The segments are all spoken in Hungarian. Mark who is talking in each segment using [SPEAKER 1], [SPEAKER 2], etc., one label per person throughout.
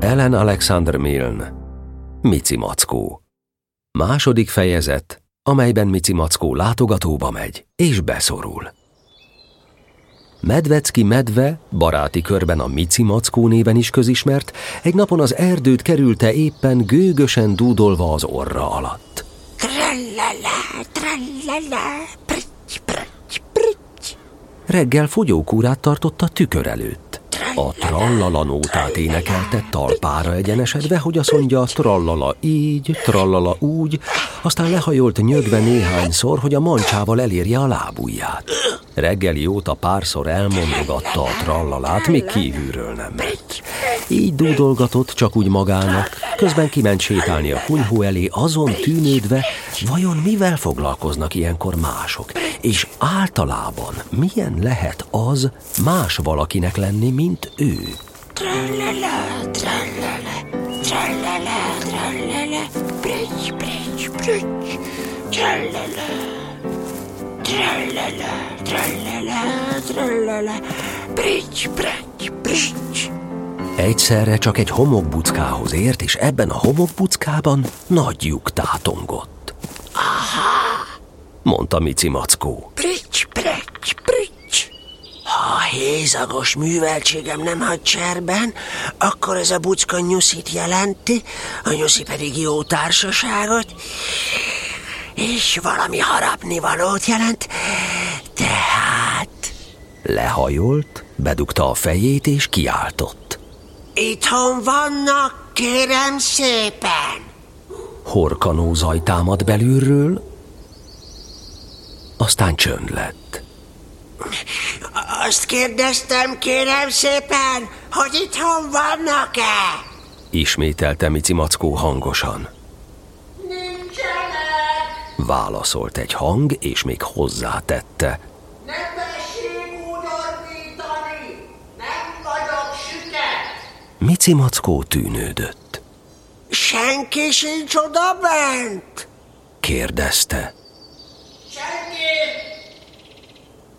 [SPEAKER 1] Helen Alexander Milne Mici Mackó Második fejezet, amelyben Mici Mackó látogatóba megy és beszorul. Medvecki medve, baráti körben a Mici Mackó néven is közismert, egy napon az erdőt kerülte éppen gőgösen dúdolva az orra alatt.
[SPEAKER 2] Trallala, trallala, pricc, pricc, pricc,
[SPEAKER 1] Reggel fogyókúrát tartott a tükör előtt. A trallala nótát énekelte talpára egyenesedve, hogy azt mondja trallala így, trallala úgy, aztán lehajolt nyögve néhányszor, hogy a mancsával elérje a lábujját. Reggeli óta párszor elmondogatta a trallalát, még kívülről nem ment. Így dúdolgatott csak úgy magának, közben kiment sétálni a kunyhó elé, azon tűnődve, vajon mivel foglalkoznak ilyenkor mások, és általában milyen lehet az más valakinek lenni, mint ő.
[SPEAKER 2] trallala, trallala, trallala, trallala, pricc, pricc, pricc, trallala, trallala, trallala, trallala, pricc, pricc, pricc.
[SPEAKER 1] Egyszerre csak egy homokbuckához ért, és ebben a homokbuckában nagy lyuk tátongott. Aha! mondta Mici Mackó.
[SPEAKER 2] Prics, prics, prics! Ha a hézagos műveltségem nem hagy cserben, akkor ez a bucka nyuszit jelenti, a nyuszi pedig jó társaságot, és valami harapni valót jelent, tehát
[SPEAKER 1] Lehajolt, bedugta a fejét és kiáltott.
[SPEAKER 2] itthon vannak, kérem szépen!
[SPEAKER 1] Horkanó zaj támad belülről, aztán csönd lett.
[SPEAKER 2] Azt kérdeztem, kérem szépen, hogy itthon vannak-e?
[SPEAKER 1] Ismételte Mici Mackó hangosan. Válaszolt egy hang, és még hozzátette.
[SPEAKER 3] Nem tessék úgy ordítani! Nem vagyok süket!
[SPEAKER 1] Mici Mackó tűnődött.
[SPEAKER 2] Senki sincs oda bent?
[SPEAKER 1] Kérdezte.
[SPEAKER 3] Senki!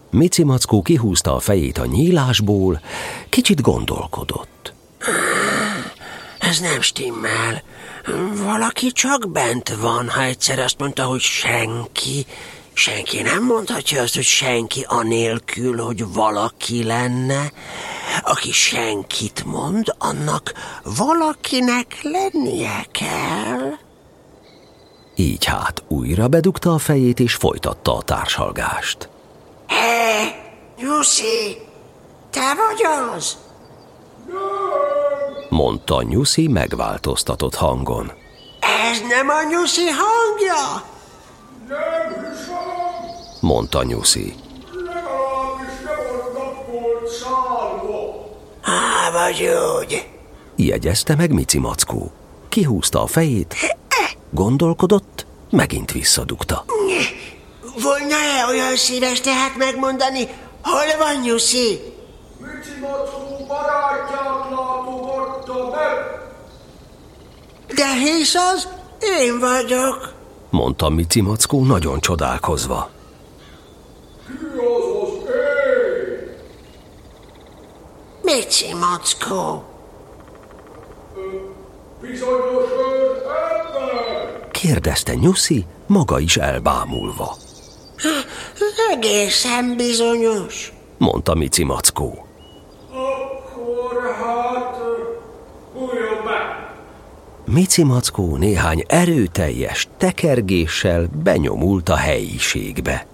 [SPEAKER 1] Mici Mackó kihúzta a fejét a nyílásból, kicsit gondolkodott.
[SPEAKER 2] Ez nem stimmel. Valaki csak bent van, ha egyszer azt mondta, hogy senki. Senki nem mondhatja azt, hogy senki anélkül, hogy valaki lenne. Aki senkit mond, annak valakinek lennie kell.
[SPEAKER 1] Így hát újra bedugta a fejét és folytatta a társalgást.
[SPEAKER 2] Hé, Jussi, E, te vagy az?
[SPEAKER 1] Mondta Nyuszi megváltoztatott hangon.
[SPEAKER 2] Ez nem a Jussi hangja?
[SPEAKER 1] Mondta Nyuszi.
[SPEAKER 3] Legalábbis nem onnan volt szállva!
[SPEAKER 2] Á, vagy úgy.
[SPEAKER 1] Jegyezte meg Mici Mackó. Kihúzta a fejét,
[SPEAKER 2] E,
[SPEAKER 1] gondolkodott, megint visszadugta.
[SPEAKER 2] Volna-e olyan szíves tehát megmondani, hol van Jussi?
[SPEAKER 3] Mici Mackó barátját látogatta meg!
[SPEAKER 2] De hisz az, én vagyok.
[SPEAKER 1] Mondta Mici Mackó nagyon csodálkozva.
[SPEAKER 3] Ki az az én?
[SPEAKER 2] Mici Mackó.
[SPEAKER 3] Bizonyos őr ember!
[SPEAKER 1] Kérdezte Nyuszi, maga is elbámulva.
[SPEAKER 2] Egészen bizonyos.
[SPEAKER 1] Mondta Mici Mackó.
[SPEAKER 3] Akkor hát... Bújjon meg!
[SPEAKER 1] Mici Mackó néhány erőteljes tekergéssel benyomult a helyiségbe.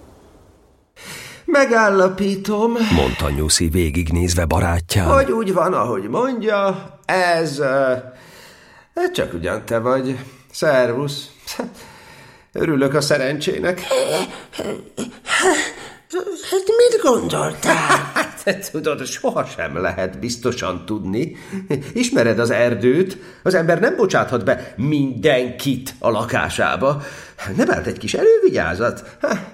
[SPEAKER 4] Megállapítom,
[SPEAKER 1] Mondta Nyuszi végignézve barátján.
[SPEAKER 4] hogy úgy van, ahogy mondja, ez... ö, ez csak ugyan te vagy. Szervusz. Örülök a szerencsének.
[SPEAKER 2] Hát mit gondoltál?
[SPEAKER 4] Hát, te tudod, sohasem lehet biztosan tudni. Ismered az erdőt, az ember nem bocsáthat be mindenkit a lakásába. Ne bánt egy kis elővigyázat. Há.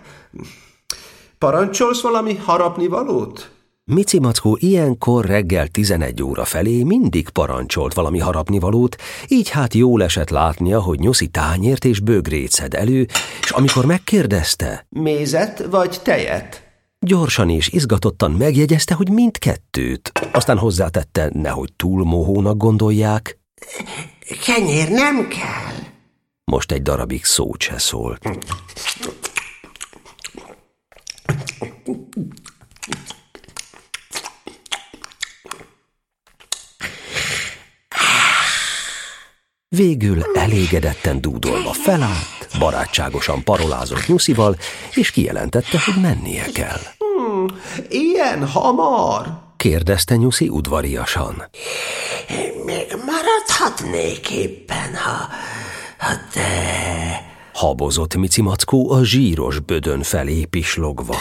[SPEAKER 4] Parancsolsz valami harapni valót?
[SPEAKER 1] Mici Mackó ilyenkor reggel 11 óra felé mindig parancsolt valami harapnivalót, így hát jól esett látnia, hogy Nyuszi tányért és bögrét szed elő, és amikor megkérdezte,
[SPEAKER 4] Mézet vagy tejet?
[SPEAKER 1] gyorsan és izgatottan megjegyezte, hogy mindkettőt. Aztán hozzátette, nehogy túl mohónak gondolják,
[SPEAKER 2] Kenyér nem kell.
[SPEAKER 1] Most egy darabig szót se szólt. Végül elégedetten dúdolva felállt, barátságosan parolázott Nuszival, és kijelentette, hogy mennie kell.
[SPEAKER 4] Ilyen hamar?
[SPEAKER 1] Kérdezte Nyuszi udvariasan.
[SPEAKER 2] Még maradhatnék éppen, ha, ha te...
[SPEAKER 1] Habozott Mici Mackó a zsíros bödön felé pislogva.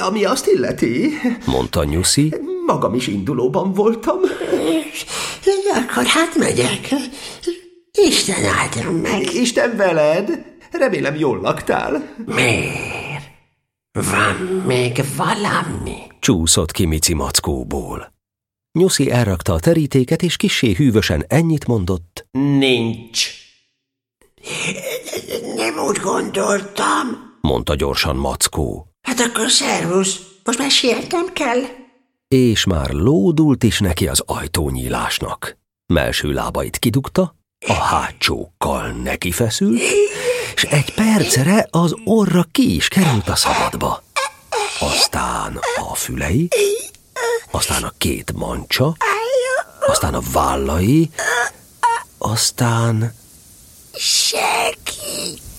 [SPEAKER 4] Ami azt illeti,
[SPEAKER 1] Mondta Nyuszi,
[SPEAKER 4] magam is indulóban voltam.
[SPEAKER 2] Akkor hát megyek. Isten áldjon meg.
[SPEAKER 4] Isten veled, remélem jól laktál.
[SPEAKER 2] Miért? Van még valami?
[SPEAKER 1] csúszott ki Mici Mackóból. Nyuszi elrakta a terítéket, és kisé hűvösen ennyit mondott.
[SPEAKER 4] Nincs.
[SPEAKER 2] Nem úgy gondoltam.
[SPEAKER 1] Mondta gyorsan Mackó.
[SPEAKER 2] Hát akkor szervusz, most már sietnem kell.
[SPEAKER 1] És már lódult is neki az ajtónyílásnak. Melső lábait kidugta, a hátsókkal neki feszült, és egy percre az orra ki is került a szabadba. Aztán a fülei, aztán a két mancsa, aztán a vállai, aztán...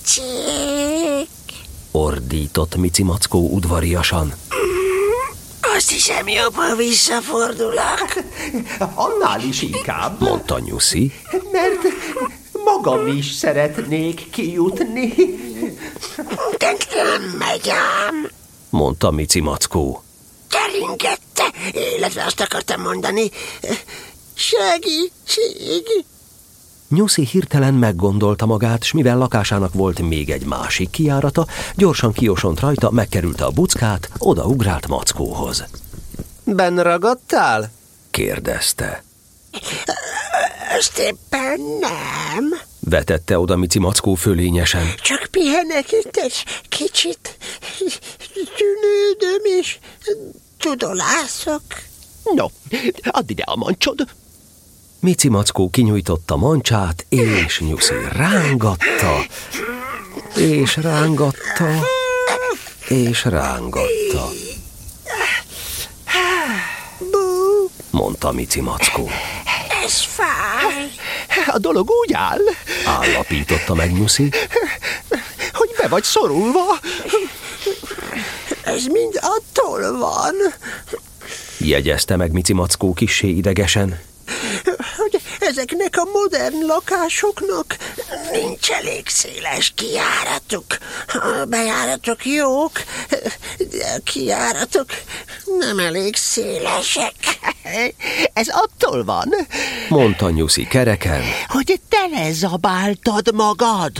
[SPEAKER 2] Segítség!
[SPEAKER 1] ordított Mici Mackó udvariasan.
[SPEAKER 2] Azt hiszem jobban visszafordulok.
[SPEAKER 4] Annál is inkább,
[SPEAKER 1] Mondta Nyuszi,
[SPEAKER 4] mert magam is szeretnék kijutni.
[SPEAKER 2] De nem megy ám.
[SPEAKER 1] mondta Mici Mackó.
[SPEAKER 2] Keringette, illetve azt akartam mondani. Segítség!
[SPEAKER 1] Nyuszi hirtelen meggondolta magát, s mivel lakásának volt még egy másik kijárata, gyorsan kiosont rajta, megkerülte a buckát, odaugrált Mackóhoz.
[SPEAKER 4] Ben ragadtál?
[SPEAKER 1] Kérdezte.
[SPEAKER 2] Azt éppen nem.
[SPEAKER 1] Vetette oda Mici Mackó fölényesen.
[SPEAKER 2] Csak pihenek itt egy kicsit. Tűnődöm és tudolászok.
[SPEAKER 4] No, add ide a mancsod.
[SPEAKER 1] Mici Mackó kinyújtotta mancsát, és Nyuszi rángatta, és rángatta, és rángatta. mondta Mici Mackó.
[SPEAKER 2] Ez fáj.
[SPEAKER 4] A dolog úgy áll,
[SPEAKER 1] Állapította meg Nyuszi,
[SPEAKER 4] hogy be vagy szorulva.
[SPEAKER 2] Ez mind attól van,
[SPEAKER 1] jegyezte meg Mici Mackó kissé idegesen.
[SPEAKER 2] hogy ezeknek a modern lakásoknak nincs elég széles kijáratuk. A bejáratok jók, de a kijáratok nem elég szélesek.
[SPEAKER 5] Ez attól van,
[SPEAKER 1] Mondta Nyuszi kereken,
[SPEAKER 5] hogy telezabáltad magad.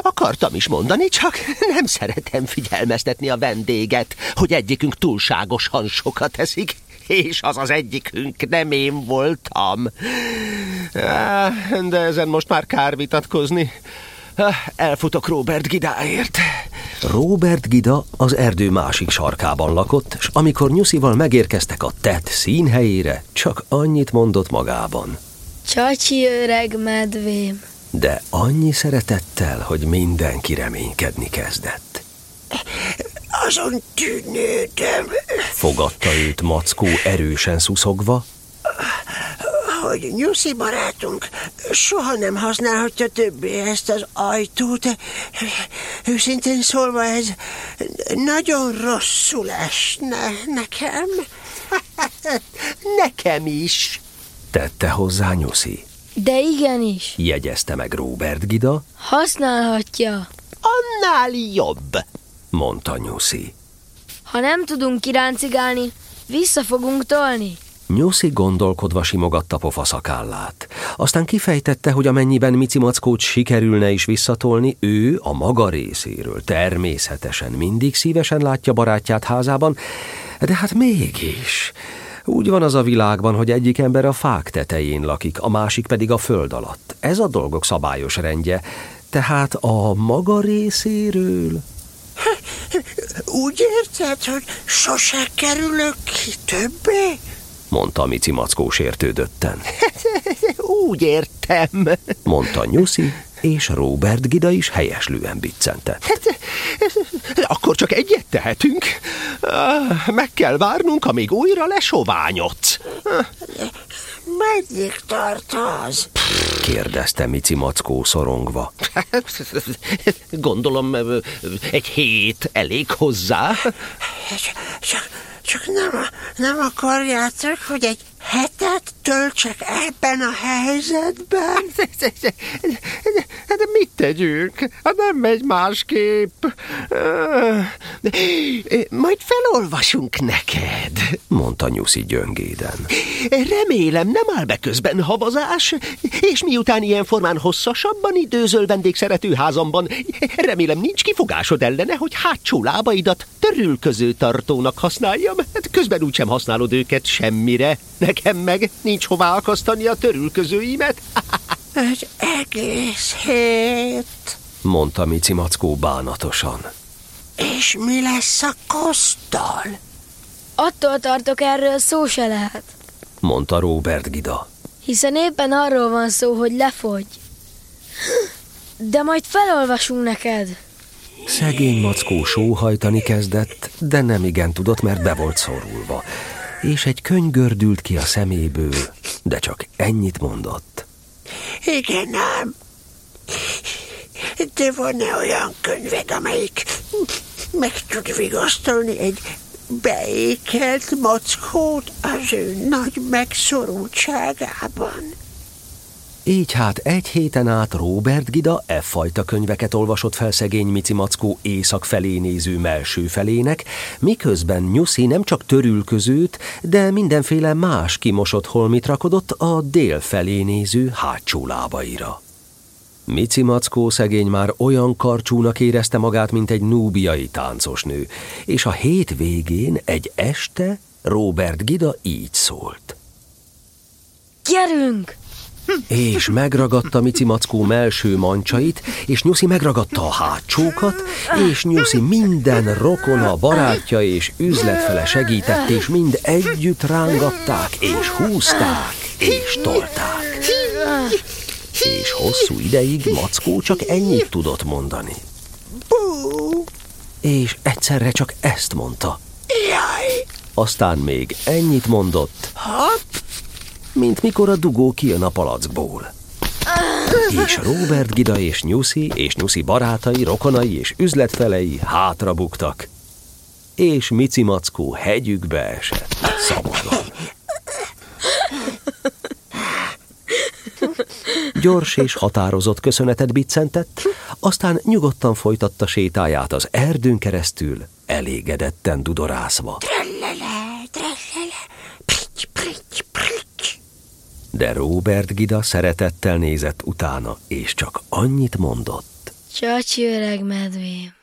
[SPEAKER 5] Akartam is mondani, csak nem szeretem figyelmeztetni a vendéget, hogy egyikünk túlságosan sokat eszik, és az az egyikünk nem én voltam. Áh, De ezen most már kár vitatkozni. Áh, Elfutok Robert Gidáért.
[SPEAKER 1] Robert Gida az erdő másik sarkában lakott, s amikor Nyuszival megérkeztek a tett színhelyére, csak annyit mondott magában.
[SPEAKER 6] Csacsi öreg medvém.
[SPEAKER 1] De annyi szeretettel, hogy mindenki reménykedni kezdett.
[SPEAKER 2] Azon tűnődöm,
[SPEAKER 1] Fogadta őt Mackó erősen szuszogva,
[SPEAKER 2] hogy Nyuszi barátunk soha nem használhatja többé ezt az ajtót. Őszintén szólva ez nagyon rosszul esne nekem.
[SPEAKER 5] Nekem is.
[SPEAKER 1] tette hozzá Nyuszi.
[SPEAKER 6] De igenis,
[SPEAKER 1] Jegyezte meg Robert Gida,
[SPEAKER 6] használhatja.
[SPEAKER 5] Annál jobb.
[SPEAKER 1] mondta Nyuszi.
[SPEAKER 6] Ha nem tudunk kiráncigálni, vissza fogunk tolni.
[SPEAKER 1] Nyuszi gondolkodva simogatta pofaszakállát. Aztán kifejtette, hogy amennyiben Mici Mackót sikerülne is visszatolni, ő a maga részéről természetesen mindig szívesen látja barátját házában, de hát mégis. Úgy van az a világban, hogy egyik ember a fák tetején lakik, a másik pedig a föld alatt. Ez a dolgok szabályos rendje. Tehát a maga részéről...
[SPEAKER 2] Úgy érted, hogy sose kerülök ki többé?
[SPEAKER 1] mondta Mici Mackó sértődötten.
[SPEAKER 5] úgy értem.
[SPEAKER 1] mondta Nyuszi, és Robert Gida is helyeslően biccentett.
[SPEAKER 5] Hát, akkor csak egyet tehetünk. Ah, Meg kell várnunk, amíg újra lesoványodsz.
[SPEAKER 2] Meddig tart az?
[SPEAKER 1] Kérdezte Mici Mackó szorongva.
[SPEAKER 5] Gondolom ö, egy hét elég hozzá.
[SPEAKER 2] Csak, csak nem, nem akarjátok, hogy egy hetet töltsek ebben a helyzetben?
[SPEAKER 5] De mit tegyünk? Hát nem megy másképp. Majd felolvasunk neked.
[SPEAKER 1] Mondta Nyuszi gyöngéden.
[SPEAKER 5] Remélem nem áll be közben havazás, és miután ilyen formán hosszasabban időzöl vendégszerető házamban, remélem nincs kifogásod ellene, hogy hátsó lábaidat törülköző tartónak használjam. Hát közben úgysem használod őket semmire. Nekem meg nincs hová akasztani a törülközőimet.
[SPEAKER 2] Egy egész hét.
[SPEAKER 1] Mondta Mici Mackó bánatosan.
[SPEAKER 2] És mi lesz a koszttal?
[SPEAKER 6] Attól tartok, erről szó se lehet.
[SPEAKER 1] Mondta Robert Gida.
[SPEAKER 6] Hiszen éppen arról van szó, hogy lefogy. De majd felolvasunk neked.
[SPEAKER 1] Szegény Mackó sóhajtani kezdett, de nem igen tudott, mert be volt szorulva. És egy könyv gördült ki a szeméből, de csak ennyit mondott.
[SPEAKER 2] Igen, ám. De van-e olyan könyved, amelyik meg tud vigasztalni egy beékelt mackót az ő nagy megszorultságában?
[SPEAKER 1] Így hát egy héten át Robert Gida e fajta könyveket olvasott fel szegény Mici Mackó észak felé néző melső felének, miközben Nyuszi nem csak törülközőt, de mindenféle más kimosott holmit rakodott a dél felé néző hátsó lábaira. Mici Mackó szegény már olyan karcsúnak érezte magát, mint egy núbiai táncosnő, és a hét végén egy este Robert Gida így szólt.
[SPEAKER 6] Gyerünk!
[SPEAKER 1] És megragadta Mici Mackó melső mancsait, és Nyuszi megragadta a hátsókat, és Nyuszi minden rokona, barátja és üzletfele segített, és mind együtt rángatták, és húzták, és tolták. És hosszú ideig Mackó csak ennyit tudott mondani. És egyszerre csak ezt mondta.
[SPEAKER 2] Jaj,
[SPEAKER 1] Aztán még ennyit mondott,
[SPEAKER 2] hopp,
[SPEAKER 1] mint mikor a dugó kijön a palackból. És Robert Gida és Nyuszi és Nyuszi barátai, rokonai és üzletfelei hátra buktak. És Mici Mackó hegyükbe esett, szabadon. Gyors és határozott köszönetet biccentett, aztán nyugodtan folytatta sétáját az erdőn keresztül, elégedetten dudorászva.
[SPEAKER 2] trellele, trellele, prics, prics, prics.
[SPEAKER 1] De Robert Gida szeretettel nézett utána, és csak annyit mondott.
[SPEAKER 6] Csacsi öreg medvém.